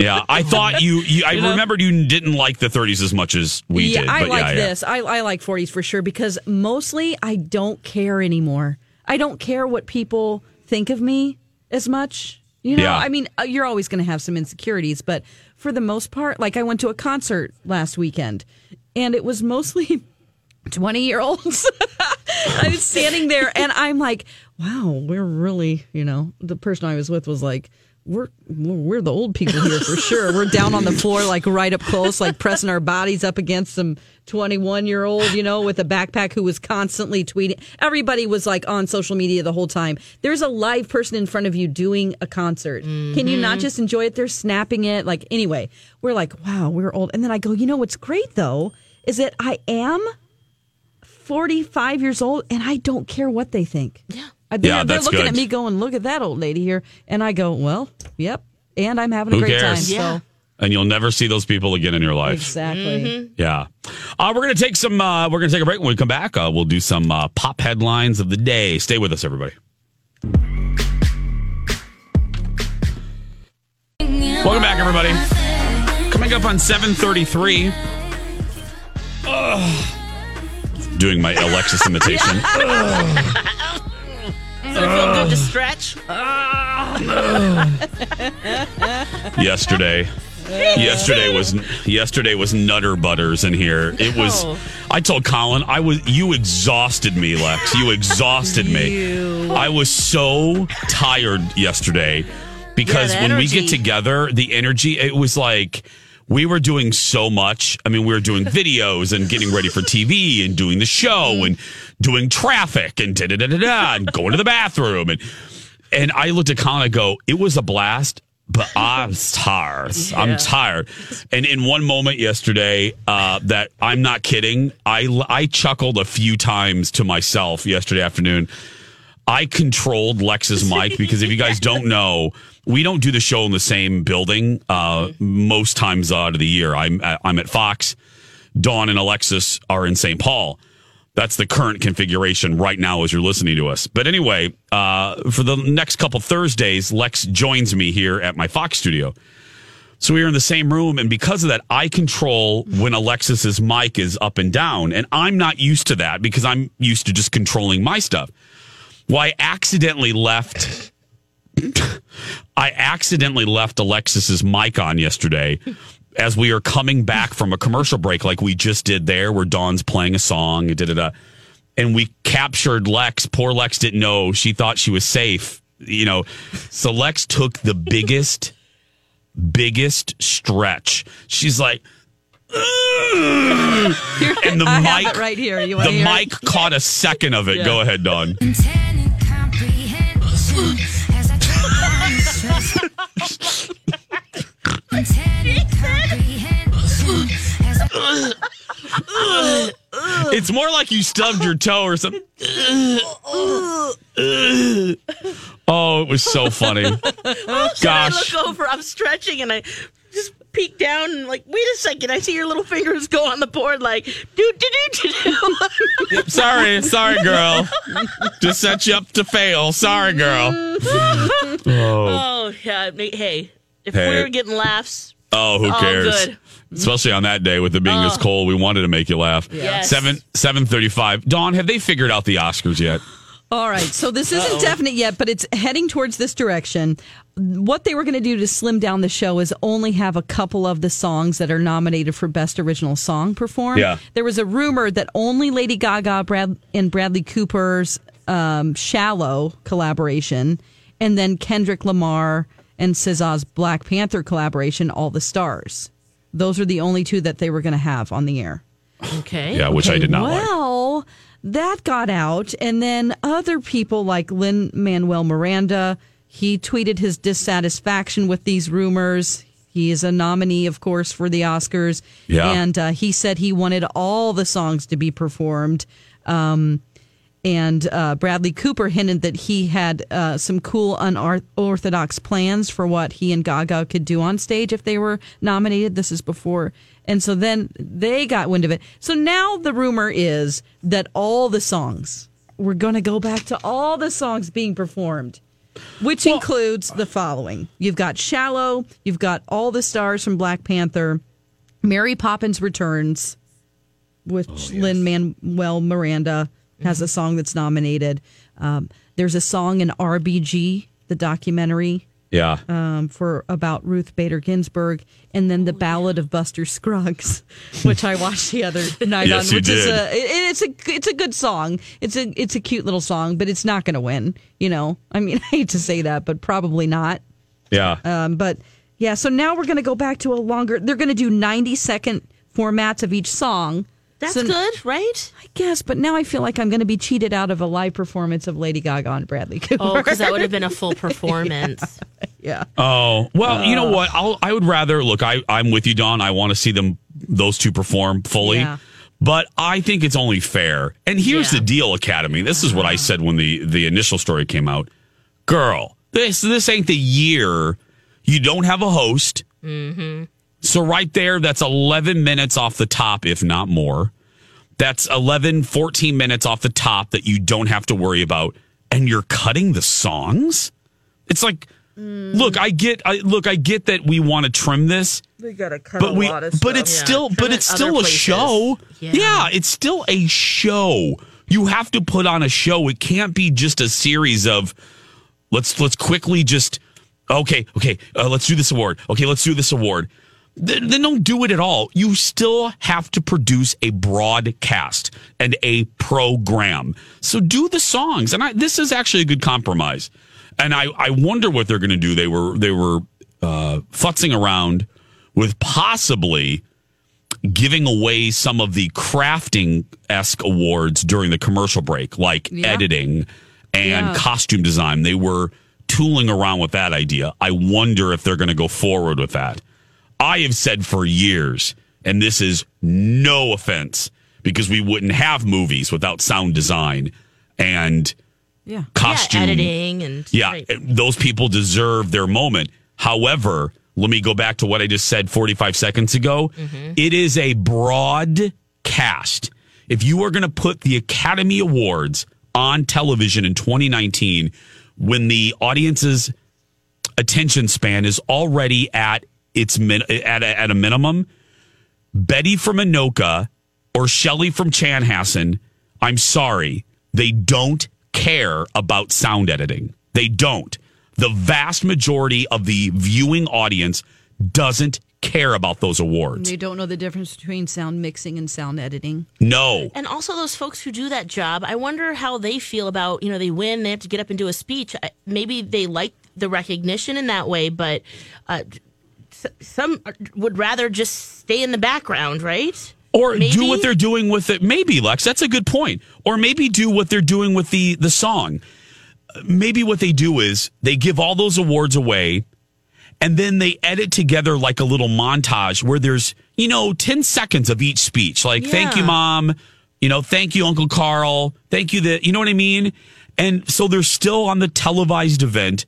[SPEAKER 1] Yeah, I thought you. you I
[SPEAKER 4] You know?
[SPEAKER 1] remembered you didn't like the thirties as much as we
[SPEAKER 4] yeah,
[SPEAKER 1] did.
[SPEAKER 4] I
[SPEAKER 1] but
[SPEAKER 4] like
[SPEAKER 1] yeah, yeah.
[SPEAKER 4] this. I, I like 40s for sure because mostly I don't care anymore. I don't care what people think of me as much. You know,
[SPEAKER 1] Yeah.
[SPEAKER 4] I mean, uh, you're always going to have some insecurities, but for the most part, like I went to a concert last weekend and it was mostly 20 year olds. I was standing there and I'm like, wow, we're really, you know, the person I was with was like, we're we're the old people here for sure. We're down on the floor, like right up close, like pressing our bodies up against some twenty-one year old, you know, with a backpack who was constantly tweeting. Everybody was like on social media the whole time. There's a live person in front of you doing a concert. Can you not just enjoy it? They're snapping it. Like anyway, we're like, wow, we're old. And then I go, you know what's great though is that I am 45 years old and I don't care what they think. Yeah.
[SPEAKER 1] Yeah,
[SPEAKER 4] They're, they're
[SPEAKER 1] that's
[SPEAKER 4] looking
[SPEAKER 1] good.
[SPEAKER 4] at me going, look at that old lady here. And I go, well, yep. And I'm having a
[SPEAKER 1] Who
[SPEAKER 4] great
[SPEAKER 1] cares?
[SPEAKER 4] time.
[SPEAKER 1] Yeah.
[SPEAKER 4] So,
[SPEAKER 1] and you'll never see those people again in your life.
[SPEAKER 4] exactly.
[SPEAKER 1] Yeah, uh, we're gonna take some. Uh, we're gonna take a break. When we come back, uh, we'll do some uh, pop headlines of the day. Stay with us, everybody. Welcome back, everybody. Coming up on seven thirty-three. Doing my Alexis imitation.
[SPEAKER 5] Does it feel good to stretch?
[SPEAKER 1] yesterday. Yesterday was yesterday was nutter butters in here. It was.
[SPEAKER 5] No.
[SPEAKER 1] I told Colin I was. You exhausted me, Lex. You exhausted me. I was so tired yesterday because
[SPEAKER 5] Yeah, the
[SPEAKER 1] when we get
[SPEAKER 5] energy.
[SPEAKER 1] together, the energy. It was like. We were doing so much. I mean, we were doing videos and getting ready for TV and doing
[SPEAKER 5] Mm-hmm.
[SPEAKER 1] the show and doing traffic and da da da da da and going to the bathroom and and I looked at Colin. I go, it was a blast, but I'm tired. I'm tired. And in one moment yesterday, uh, that I'm not kidding. I I chuckled a few times to myself yesterday afternoon. I controlled Lex's mic because if you guys don't know, we don't do the show in the same building uh, most times out of the year. I'm I'm at Fox. Dawn and Alexis are in St. Paul. That's the current configuration right now as you're listening to us. But anyway, uh, for the next couple Thursdays, Lex joins me here at my Fox studio. So we are in the same room, and because of that, I control when Alexis's mic is up and down, and I'm not used to that because I'm used to just controlling my stuff. Well, I accidentally left. I accidentally left Alexis's mic on yesterday as we are coming back from a commercial break, like we just did there, where Dawn's playing a song, da da da. And we captured Lex. Poor Lex didn't know. She thought she was safe, you know. So Lex took the biggest, biggest stretch. She's like, "Ugh." and the
[SPEAKER 4] I
[SPEAKER 1] mic,
[SPEAKER 4] have it right here. You wanna
[SPEAKER 1] the
[SPEAKER 4] hear it?
[SPEAKER 1] mic caught a second of it.
[SPEAKER 4] Yeah.
[SPEAKER 1] Go ahead, Dawn.
[SPEAKER 16] Comprehension as I try to stress.
[SPEAKER 1] it's more like you stubbed your toe or something. oh, it was so funny. Gosh.
[SPEAKER 5] I look over. I'm stretching and I just peek down and like, wait a second. I see your little fingers go on the board like, do do do do do.
[SPEAKER 19] Sorry, sorry, girl. Just set you up to fail. Sorry, girl.
[SPEAKER 5] oh.
[SPEAKER 1] Oh.
[SPEAKER 5] yeah. ma- Hey, if
[SPEAKER 1] Hey.
[SPEAKER 5] we're getting laughs,
[SPEAKER 1] Oh, who
[SPEAKER 5] All
[SPEAKER 1] cares?
[SPEAKER 5] good.
[SPEAKER 1] Especially on that day with it being this
[SPEAKER 5] Oh.
[SPEAKER 1] cold, we wanted to make you laugh.
[SPEAKER 4] Yes.
[SPEAKER 1] Seven seven thirty five. Dawn, have they figured out the Oscars yet?
[SPEAKER 4] All right, so this isn't
[SPEAKER 1] Uh-oh.
[SPEAKER 4] definite yet, but it's heading towards this direction. What they were going to do to slim down the show is only have a couple of the songs that are nominated for Best Original Song performed.
[SPEAKER 20] Yeah.
[SPEAKER 4] There was a rumor that only Lady Gaga Brad, and Bradley Cooper's um, Shallow collaboration and then Kendrick Lamar and SZA's Black Panther collaboration, All the Stars. Those are the only two that they were going to have on the air.
[SPEAKER 5] Okay.
[SPEAKER 1] Yeah, which I did not like.
[SPEAKER 4] well, that got out, and then other people like Lynn Manuel Miranda, he tweeted his dissatisfaction with these rumors. He is a nominee, of course, for the Oscars.
[SPEAKER 21] Yeah.
[SPEAKER 4] And uh, he said he wanted all the songs to be performed. Um, and uh, Bradley Cooper hinted that he had uh, some cool, unorthodox plans for what he and Gaga could do on stage if they were nominated. This is before. And so then they got wind of it. So now the rumor is that all the songs, we're going to go back to all the songs being performed, which includes the following You've got Shallow, you've got All the Stars from Black Panther, Mary Poppins Returns which
[SPEAKER 20] Oh,
[SPEAKER 4] Lynn Manuel Miranda has
[SPEAKER 20] Mm-hmm.
[SPEAKER 4] a song that's nominated. Um, there's a song in RBG, the documentary
[SPEAKER 1] Yeah.
[SPEAKER 4] um, for about Ruth Bader Ginsburg, and then the Ballad of Buster Scruggs, which I watched the other night
[SPEAKER 20] Yes,
[SPEAKER 4] on.
[SPEAKER 20] you
[SPEAKER 4] Which is
[SPEAKER 20] did.
[SPEAKER 4] a it- it's a it's a good song. It's a it's a cute little song, but it's not going to win. You know, I mean, I hate to say that, but probably not.
[SPEAKER 1] Yeah.
[SPEAKER 4] Um, but yeah, so now we're going to go back to a longer. They're going to do ninety second formats of each song.
[SPEAKER 5] That's
[SPEAKER 4] So-
[SPEAKER 5] good, right?
[SPEAKER 4] I guess, but now I feel like I'm going to be cheated out of a live performance of Lady Gaga and Bradley Cooper.
[SPEAKER 5] Oh, because that would have been a full performance.
[SPEAKER 4] yeah.
[SPEAKER 1] Oh well, you know what? I'll, I would rather look. I I'm with you, Don. I want to see them those two perform fully.
[SPEAKER 5] Yeah.
[SPEAKER 1] But I think it's only fair. And here's the deal, Academy. This is what
[SPEAKER 5] Uh-huh.
[SPEAKER 1] I said when the the initial story came out. Girl, this this ain't the year. You don't have a host.
[SPEAKER 5] Mm-hmm.
[SPEAKER 1] So right there, that's 11 minutes off the top, if not more. That's 11, 14 minutes off the top that you don't have to worry about. And you're cutting the songs? It's like, look, I get, I, look, I get that we want to trim this,
[SPEAKER 5] We gotta cut
[SPEAKER 1] but we, but it's still, but it's still a show. Yeah. it's still a show. You have to put on a show. It can't be just a series of let's let's quickly just okay, okay, uh, let's do this award. Okay, let's do this award. Th- then don't do it at all. You still have to produce a broadcast and a program. So do the songs, and I, this is actually a good compromise. And I, I wonder what they're going to do. They were they were uh, futzing around with possibly giving away some of the crafting esque awards during the commercial break, like
[SPEAKER 19] Yeah.
[SPEAKER 1] editing and
[SPEAKER 19] Yeah.
[SPEAKER 1] costume design. They were tooling around with that idea. I wonder if they're going to go forward with that. I have said for years, and this is no offense because we wouldn't have movies without sound design and
[SPEAKER 4] Yeah.
[SPEAKER 1] costume
[SPEAKER 5] editing and
[SPEAKER 1] yeah, those people deserve their moment. However, let me go back to what I just said 45 seconds ago. It is a broad cast. If you are going to put the Academy Awards on television in 2019, when the audience's attention span is already at its min- at a, at a minimum, Betty from Anoka or Shelly from Chanhassen, I'm sorry, they don't care about sound editing. They don't. The vast majority of the viewing audience doesn't care about those awards.
[SPEAKER 4] They don't know the difference between sound mixing and sound editing.
[SPEAKER 1] No.
[SPEAKER 5] And also those folks who do that job, I wonder how they feel about, you know, they win, they have to get up and do a speech. I- Maybe they like the recognition in that way, but uh, s- some would rather just stay in the background, right?
[SPEAKER 1] Or do what they're doing with it. Maybe Lex, that's a good point. Or maybe do what they're doing with the the song. Maybe what they do is they give all those awards away, and then they edit together like a little montage where there's you know, 10 seconds of each speech. Like, thank you,
[SPEAKER 5] Yeah.
[SPEAKER 1] mom. You know, thank you, Uncle Carl. Thank you, that, you know what I mean? And so they're still on the televised event,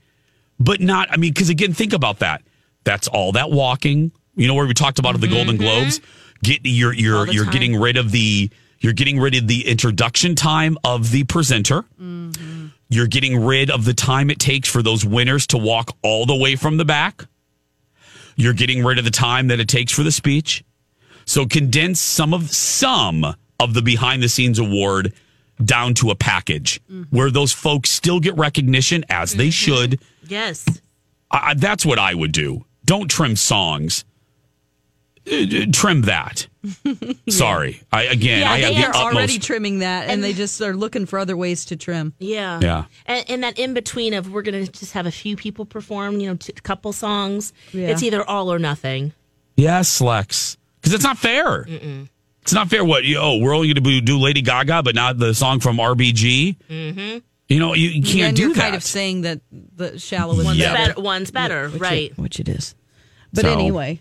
[SPEAKER 1] but not, I mean, because again, think about that. That's all that walking, you know, where we talked about at the Golden Globes. Get you're
[SPEAKER 5] Mm-hmm. All
[SPEAKER 1] you're
[SPEAKER 5] the
[SPEAKER 1] you're
[SPEAKER 5] time.
[SPEAKER 1] getting rid of the you're getting rid of the introduction time of the presenter.
[SPEAKER 5] Mm-hmm.
[SPEAKER 1] You're getting rid of the time it takes for those winners to walk all the way from the back. You're getting rid of the time that it takes for the speech. So condense some of some of the behind the scenes award down to a package
[SPEAKER 5] Mm-hmm.
[SPEAKER 1] where those folks still get recognition as they should.
[SPEAKER 5] Yes.
[SPEAKER 1] I, I- that's what I would do. Don't trim songs. Uh, uh, Trim that. Sorry. I again,
[SPEAKER 4] yeah,
[SPEAKER 1] I have
[SPEAKER 4] they
[SPEAKER 1] the
[SPEAKER 4] are
[SPEAKER 1] utmost.
[SPEAKER 4] already trimming that, and, they just are looking for other ways to trim.
[SPEAKER 5] Yeah.
[SPEAKER 1] Yeah.
[SPEAKER 5] And, and that in between of we're going to just have a few people perform, you know, t- a couple songs.
[SPEAKER 4] Yeah.
[SPEAKER 5] It's either all or nothing.
[SPEAKER 1] Yes, Lex. Because it's not fair. It's not fair. What? you- Oh, we're only going to do Lady Gaga, but not the song from RBG.
[SPEAKER 5] Mm-hmm.
[SPEAKER 1] You know, you, you can't
[SPEAKER 4] and
[SPEAKER 1] do
[SPEAKER 4] you're
[SPEAKER 1] that.
[SPEAKER 4] kind of saying that the shallow is
[SPEAKER 1] One's Yeah.
[SPEAKER 4] better.
[SPEAKER 5] Bet- one's better,
[SPEAKER 4] Which it-
[SPEAKER 5] right?
[SPEAKER 4] which it is. But
[SPEAKER 1] So-
[SPEAKER 4] anyway,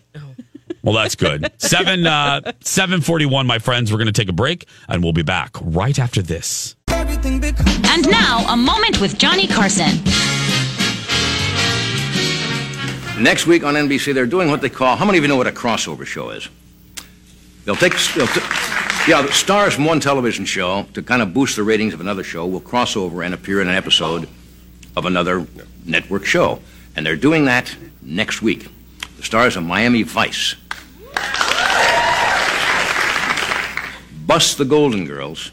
[SPEAKER 1] well, that's good. Seven uh, seven forty one, my friends. We're going to take a break, and we'll be back right after this.
[SPEAKER 2] And now, a moment with Johnny Carson.
[SPEAKER 20] Next week on NBC, they're doing what they call. How many of you know what a crossover show is? They'll take, they'll t- yeah, the stars from one television show to kind of boost the ratings of another show will cross over and appear in an episode of another network show, and they're doing that next week. The stars of Miami Vice, bust the Golden Girls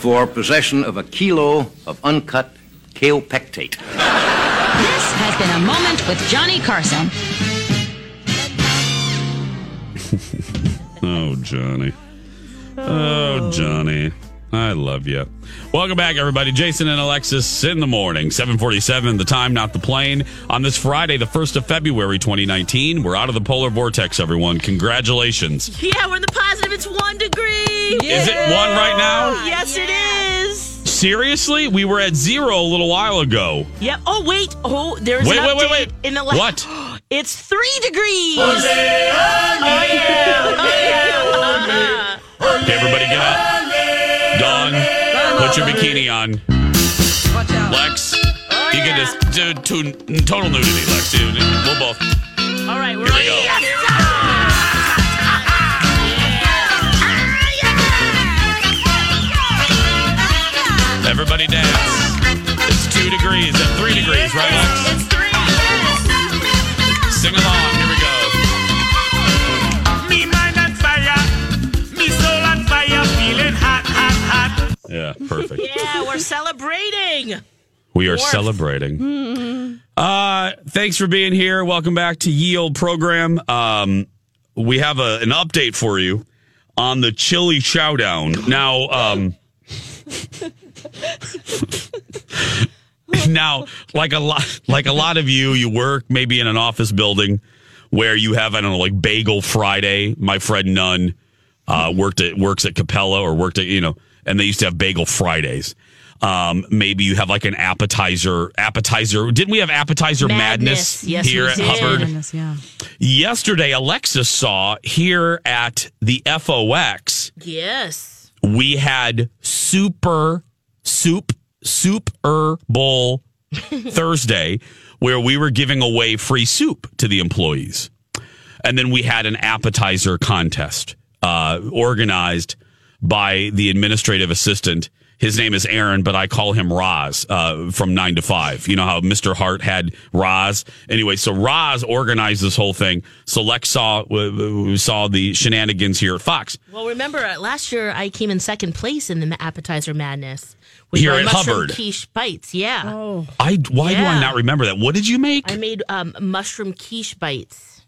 [SPEAKER 20] for possession of a kilo of uncut kale pectate.
[SPEAKER 2] This has been a moment with Johnny Carson.
[SPEAKER 1] Oh, Johnny. Oh, Johnny. I love you. Welcome back, everybody. Jason and Alexis in the morning, 747, the time, not the plane. On this Friday, the 1st of February, 2019, we're out of the polar vortex, everyone. Congratulations.
[SPEAKER 5] Yeah, we're in the positive. It's one degree.
[SPEAKER 1] Is it one right now?
[SPEAKER 5] Yes, it is.
[SPEAKER 1] Seriously? We were at zero a little while ago.
[SPEAKER 5] Yeah. Oh, wait. Oh, there's
[SPEAKER 1] Wait,
[SPEAKER 5] an
[SPEAKER 1] wait, wait,
[SPEAKER 5] update
[SPEAKER 1] wait.
[SPEAKER 5] In the
[SPEAKER 1] What?
[SPEAKER 5] It's three degrees.
[SPEAKER 16] Oh, yeah.
[SPEAKER 1] Okay, everybody get up. Dawn, put your bikini on. Lex, you can just do to, total nudity, Lex. You- We'll both.
[SPEAKER 5] All right, we're
[SPEAKER 1] Here we go. Everybody dance. It's two degrees and three degrees, right, Lex?
[SPEAKER 5] It's three.
[SPEAKER 1] Sing along. Here we go.
[SPEAKER 16] Me mind on fire. Me soul on fire. Feeling hot, hot, hot.
[SPEAKER 1] Yeah, perfect.
[SPEAKER 5] Yeah, we're celebrating.
[SPEAKER 1] We are
[SPEAKER 5] Warmth.
[SPEAKER 1] celebrating. Uh, thanks for being here. Welcome back to Yield Program. Um, we have a, an update for you on the chili showdown. Now, um, now, like a lot, like a lot of you, you work maybe in an office building where you have I don't know, like Bagel Friday. My friend Nunn uh, worked at works at Capella or worked at you know, and they used to have Bagel Fridays. Um, maybe you have like an appetizer. Appetizer? Didn't we have appetizer madness,
[SPEAKER 4] Yes,
[SPEAKER 1] here
[SPEAKER 4] we
[SPEAKER 1] at
[SPEAKER 4] did.
[SPEAKER 1] Hubbard?
[SPEAKER 4] Madness, yeah.
[SPEAKER 1] Yesterday, Alexa saw here at the FOX,
[SPEAKER 5] Yes.
[SPEAKER 1] we had Super Soup Super Bowl Thursday, where we were giving away free soup to the employees. And then we had an appetizer contest uh, organized by the administrative assistant. His name is Aaron, but I call him Roz uh, from nine to five. You know how Mr. Hart had Roz. Anyway, so Roz organized this whole thing. So Lex saw uh, saw the shenanigans here at Fox.
[SPEAKER 5] Well, remember uh, last year I came in second place in the appetizer madness with
[SPEAKER 1] Here
[SPEAKER 5] my
[SPEAKER 1] at
[SPEAKER 5] mushroom
[SPEAKER 1] Hubbard.
[SPEAKER 5] quiche bites. Yeah,
[SPEAKER 1] I why do I
[SPEAKER 5] Yeah.
[SPEAKER 1] not remember that? What did you make?
[SPEAKER 5] I made um, mushroom quiche bites,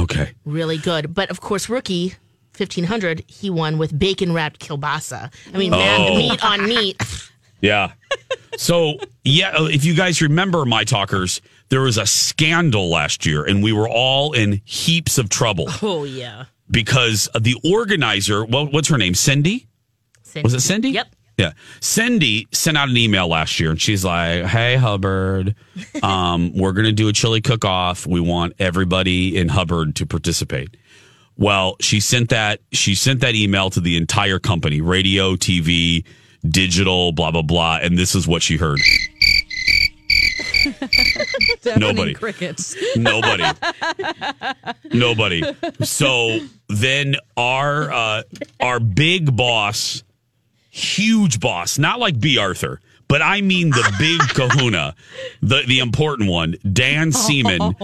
[SPEAKER 1] Okay.
[SPEAKER 5] really good. But of course, rookie fifteen hundred, he won with bacon wrapped kielbasa. I mean,
[SPEAKER 1] Oh.
[SPEAKER 5] man, meat on meat.
[SPEAKER 1] Yeah. so, yeah, uh, if you guys remember my talkers, there was a scandal last year and we were all in heaps of trouble
[SPEAKER 5] Oh yeah,
[SPEAKER 1] because the organizer, well, what's her name? Cindy?
[SPEAKER 5] Cindy.
[SPEAKER 1] Was it Cindy?
[SPEAKER 5] Yep.
[SPEAKER 1] Yeah. Cindy sent out an email last year and she's like, Hey, Hubbard, um, we're going to do a chili cook off. We want everybody in Hubbard to participate. Well, she sent that she sent that email to the entire company, radio, TV, digital, blah blah blah, and this is what she heard.
[SPEAKER 4] Deafening
[SPEAKER 1] Nobody.
[SPEAKER 4] Crickets.
[SPEAKER 1] Nobody. Nobody. So then our uh, our big boss, huge boss, not like B. Arthur, but I mean the big Kahuna, the the important one,
[SPEAKER 16] Oh.
[SPEAKER 1] Dan Seaman,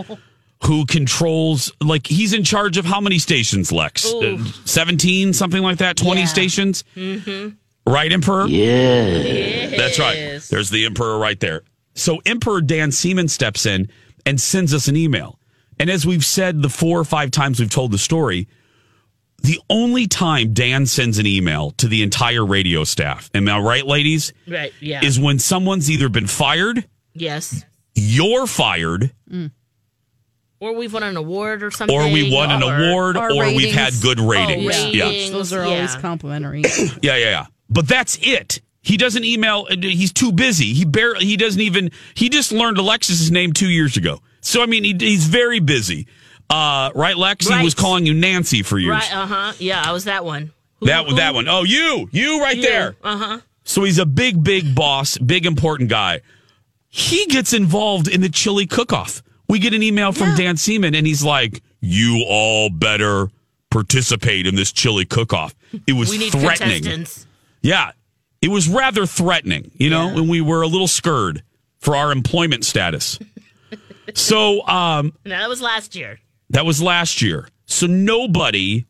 [SPEAKER 1] who controls like he's in charge of how many stations, Lex? Uh,
[SPEAKER 16] Oof.
[SPEAKER 1] Seventeen, something like that. Twenty stations.
[SPEAKER 16] Mm-hmm.
[SPEAKER 1] Right, Emperor?
[SPEAKER 16] Yes.
[SPEAKER 1] That's right. There's the Emperor right there. So Emperor Dan Seaman steps in and sends us an email. And as we've said the four or five times we've told the story, the only time Dan sends an email to the entire radio staff, am I right, ladies?
[SPEAKER 5] Right. Yeah.
[SPEAKER 1] Is when someone's either been fired,
[SPEAKER 5] yes.
[SPEAKER 1] you're fired,
[SPEAKER 5] Or we've won an award or something. Oh,
[SPEAKER 1] or we won an award, or, we've had good ratings.
[SPEAKER 5] ratings.
[SPEAKER 4] Those are always
[SPEAKER 5] Yeah.
[SPEAKER 4] complimentary.
[SPEAKER 1] Yeah, yeah, yeah. But that's it. He doesn't email. uh, He's too busy. He barely. He doesn't even. He just learned Alexis's name two years ago. So I mean, he, he's very busy. Uh, right, Lex? He
[SPEAKER 5] Right.
[SPEAKER 1] was calling you Nancy for years.
[SPEAKER 5] Right. Mm-hmm. Uh huh. Yeah. I was that one.
[SPEAKER 1] that that one. Oh, you, you right there.
[SPEAKER 5] Uh huh.
[SPEAKER 1] So he's a big, big boss, big important guy. He gets involved in the chili cook-off. We get an email from Dan Seaman, and he's like, "You all better participate in this chili cook-off." It was
[SPEAKER 5] We need
[SPEAKER 1] threatening.
[SPEAKER 5] contestants.
[SPEAKER 1] Yeah. It was rather threatening, you know, and we were a little scared for our employment status. so um,
[SPEAKER 5] No, that was last year.
[SPEAKER 1] that was last year. So nobody,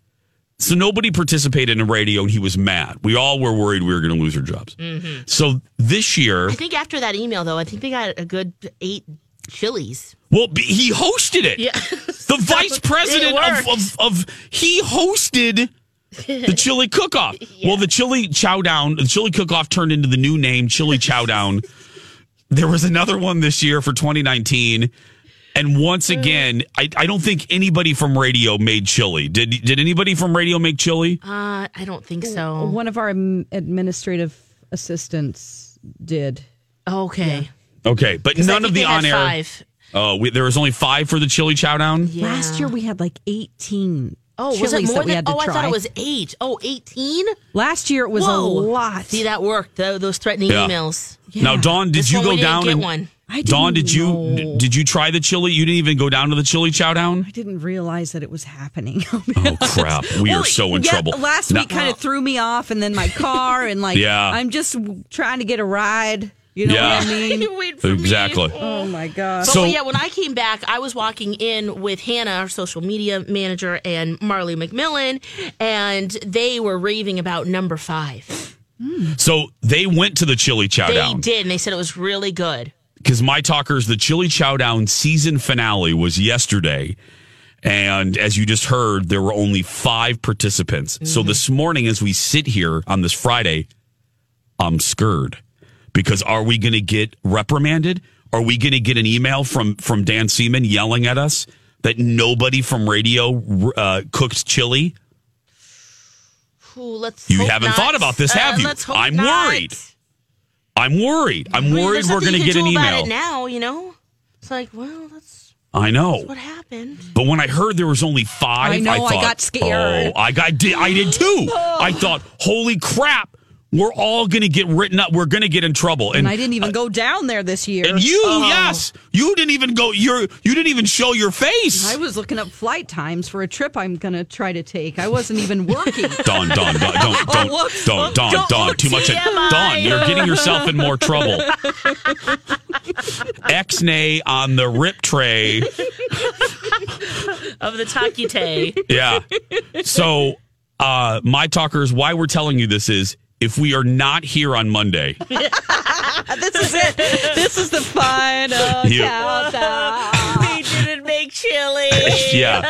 [SPEAKER 1] so nobody participated in radio, and he was mad. We all were worried we were going to lose our jobs.
[SPEAKER 5] Mhm.
[SPEAKER 1] So this year,
[SPEAKER 5] I think after that email though, I think they got a good eight chilies.
[SPEAKER 1] well, b- he hosted it.
[SPEAKER 5] Yeah.
[SPEAKER 1] The vice president of, of, of he hosted the chili cook off. Well, the chili chow down, the chili cook off turned into the new name, chili chow down. there was another one this year for 2019. And once again, I, I don't think anybody from radio made chili. Did did anybody from radio make chili?
[SPEAKER 5] Uh, I don't think so.
[SPEAKER 4] One of our am- administrative assistants did.
[SPEAKER 5] Okay.
[SPEAKER 1] Okay, but
[SPEAKER 5] 'Cause I
[SPEAKER 1] none of
[SPEAKER 5] think
[SPEAKER 1] the
[SPEAKER 5] they had
[SPEAKER 1] on air.
[SPEAKER 5] five.
[SPEAKER 1] Oh, we, there was only five for the chili chow down.
[SPEAKER 4] Last year we had like 18.
[SPEAKER 5] Oh, was it
[SPEAKER 4] chilies
[SPEAKER 5] more
[SPEAKER 4] that we
[SPEAKER 5] than?
[SPEAKER 4] had to
[SPEAKER 5] oh, I
[SPEAKER 4] try.
[SPEAKER 5] thought it was eight. Oh, 18?
[SPEAKER 4] Last year it was
[SPEAKER 5] Whoa.
[SPEAKER 4] a lot.
[SPEAKER 5] See, that worked. tho- those threatening
[SPEAKER 1] Yeah.
[SPEAKER 5] emails.
[SPEAKER 1] Now, Dawn, did
[SPEAKER 5] This
[SPEAKER 1] you
[SPEAKER 5] one
[SPEAKER 1] go
[SPEAKER 5] we didn't
[SPEAKER 1] down
[SPEAKER 5] get
[SPEAKER 1] and
[SPEAKER 5] one. I
[SPEAKER 1] Dawn,
[SPEAKER 4] didn't
[SPEAKER 1] did you did you try the chili? You didn't even go down to the chili chow down.
[SPEAKER 4] I didn't realize that it was happening.
[SPEAKER 1] Oh crap! We are so in
[SPEAKER 4] Yeah,
[SPEAKER 1] trouble.
[SPEAKER 4] Last
[SPEAKER 1] Now-
[SPEAKER 4] week kind of threw me off, and then my car, and like,
[SPEAKER 1] Yeah.
[SPEAKER 4] I'm just w- trying to get a ride. You know
[SPEAKER 1] Yeah.
[SPEAKER 4] what I mean?
[SPEAKER 1] exactly.
[SPEAKER 4] Oh my god!
[SPEAKER 5] But
[SPEAKER 1] So-
[SPEAKER 5] yeah, when I came back, I was walking in with Hannah, our social media manager, and Marley McMillan, and they were raving about number five.
[SPEAKER 1] So they went to the chili chow
[SPEAKER 5] they
[SPEAKER 1] down
[SPEAKER 5] did, and they said it was really good.
[SPEAKER 1] because my talkers, the chili chow down season finale was yesterday, and as you just heard, there were only five participants. So
[SPEAKER 5] Mm-hmm.
[SPEAKER 1] this morning, as we sit here on this Friday, I'm scared because are we going to get reprimanded? Are we going to get an email from from Dan Seaman yelling at us that nobody from radio uh, cooked chili?
[SPEAKER 5] Ooh, let's
[SPEAKER 1] You
[SPEAKER 5] hope
[SPEAKER 1] haven't
[SPEAKER 5] not.
[SPEAKER 1] thought about this,
[SPEAKER 5] Uh,
[SPEAKER 1] have you?
[SPEAKER 5] Let's hope
[SPEAKER 1] I'm
[SPEAKER 5] not.
[SPEAKER 1] worried. I'm worried. I'm
[SPEAKER 5] I mean,
[SPEAKER 1] worried
[SPEAKER 5] there's
[SPEAKER 1] we're
[SPEAKER 5] nothing
[SPEAKER 1] going
[SPEAKER 5] you
[SPEAKER 1] to get
[SPEAKER 5] can
[SPEAKER 1] an
[SPEAKER 5] do About
[SPEAKER 1] email.
[SPEAKER 5] it now, you know, it's like, well, that's
[SPEAKER 1] I know.
[SPEAKER 5] what happened.
[SPEAKER 1] But when I heard there was only five,
[SPEAKER 5] I know, I
[SPEAKER 1] thought,
[SPEAKER 5] got scared.
[SPEAKER 1] Oh, I got did I did too. I thought, holy crap, we're all going to get written up. We're going to get in trouble.
[SPEAKER 4] and I didn't even go down there this year.
[SPEAKER 1] and you,
[SPEAKER 5] Oh.
[SPEAKER 1] yes, you didn't even go. You're you didn't even show your face.
[SPEAKER 4] I was looking up flight times for a trip I'm gonna try to take. I wasn't even working.
[SPEAKER 1] Don, Don, Don, don't,
[SPEAKER 5] Oh,
[SPEAKER 1] don't,
[SPEAKER 4] whoops.
[SPEAKER 1] don't, Don, Don, too much.
[SPEAKER 4] TMI.
[SPEAKER 1] Don, you're getting yourself in more trouble. X-nay on the rip tray.
[SPEAKER 5] of the Takite.
[SPEAKER 1] Yeah. So, uh, my talkers, why we're telling you this is if we are not here on Monday,
[SPEAKER 4] this is it. This is the final
[SPEAKER 1] You-
[SPEAKER 4] countdown.
[SPEAKER 5] we didn't make chili.
[SPEAKER 1] Yeah.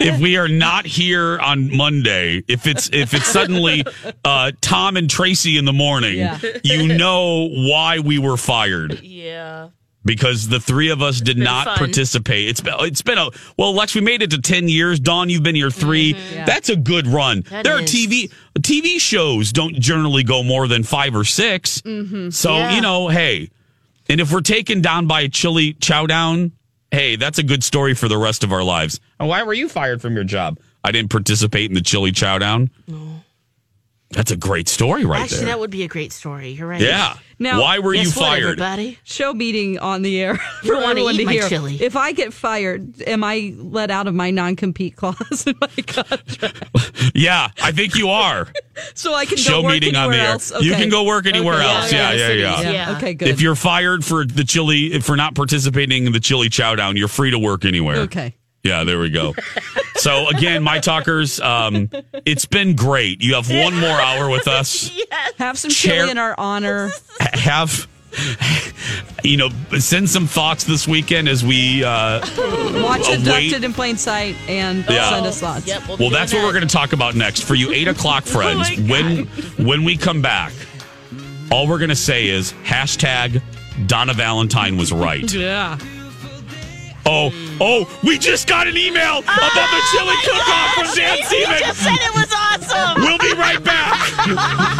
[SPEAKER 1] if we are not here on Monday, if it's if it's suddenly uh, Tom and Tracy in the morning,
[SPEAKER 5] Yeah.
[SPEAKER 1] you know why we were fired.
[SPEAKER 5] yeah.
[SPEAKER 1] because the three of us did not
[SPEAKER 19] fun.
[SPEAKER 1] participate. It's been it's been a well, Lex, we made it to ten years. Don, you've been here 3 That's a good run.
[SPEAKER 19] Mm-hmm. That
[SPEAKER 1] there
[SPEAKER 19] is.
[SPEAKER 1] are TV TV shows don't generally go more than five or 6
[SPEAKER 19] Mhm.
[SPEAKER 1] So
[SPEAKER 19] Yeah.
[SPEAKER 1] you know, hey, and if we're taken down by a chili chow down, hey, that's a good story for the rest of our lives. And why were you fired from your job? I didn't participate in the chili chow down. That's a great story right
[SPEAKER 5] Actually,
[SPEAKER 1] there.
[SPEAKER 5] that would be a great story. You're right.
[SPEAKER 1] Yeah. Why were you
[SPEAKER 5] Guess what,
[SPEAKER 1] fired?
[SPEAKER 5] everybody?
[SPEAKER 4] Show meeting on the air
[SPEAKER 5] You
[SPEAKER 4] for
[SPEAKER 5] don't wanna
[SPEAKER 4] everyone
[SPEAKER 5] eat
[SPEAKER 4] to
[SPEAKER 5] my
[SPEAKER 4] hear.
[SPEAKER 5] chili.
[SPEAKER 4] If I get fired, am I let out of my non-compete clause in my contract?
[SPEAKER 1] yeah, I think you are.
[SPEAKER 4] so I can go
[SPEAKER 1] Show
[SPEAKER 4] work
[SPEAKER 1] meeting on the
[SPEAKER 4] anywhere
[SPEAKER 1] air.
[SPEAKER 4] else?
[SPEAKER 1] You
[SPEAKER 4] Okay.
[SPEAKER 1] can go work anywhere
[SPEAKER 4] Okay.
[SPEAKER 1] else. Yeah, yeah, yeah,
[SPEAKER 4] Okay, good.
[SPEAKER 1] Uh, If you're fired for the chili for not participating in the chili chow down, you're free to work anywhere.
[SPEAKER 4] Okay.
[SPEAKER 1] Yeah, there we go. so again, my talkers, um, it's been great. You have one more hour with us.
[SPEAKER 4] Have some
[SPEAKER 1] Chair-
[SPEAKER 4] chili in our honor.
[SPEAKER 1] Have you know, send some thoughts this weekend as we uh
[SPEAKER 4] Watch
[SPEAKER 1] await-
[SPEAKER 4] Abducted in Plain Sight and
[SPEAKER 1] Yeah.
[SPEAKER 4] send us lots.
[SPEAKER 1] well, that's what we're going to talk about next for you, eight o'clock friends. when when we come back, all we're going to say is hashtag Donna Valentine was right.
[SPEAKER 4] Yeah.
[SPEAKER 1] Oh, oh, we just got an email about the chili cook-off from Dan
[SPEAKER 16] You
[SPEAKER 1] Seaman.
[SPEAKER 16] just said it was awesome.
[SPEAKER 1] We'll be right back.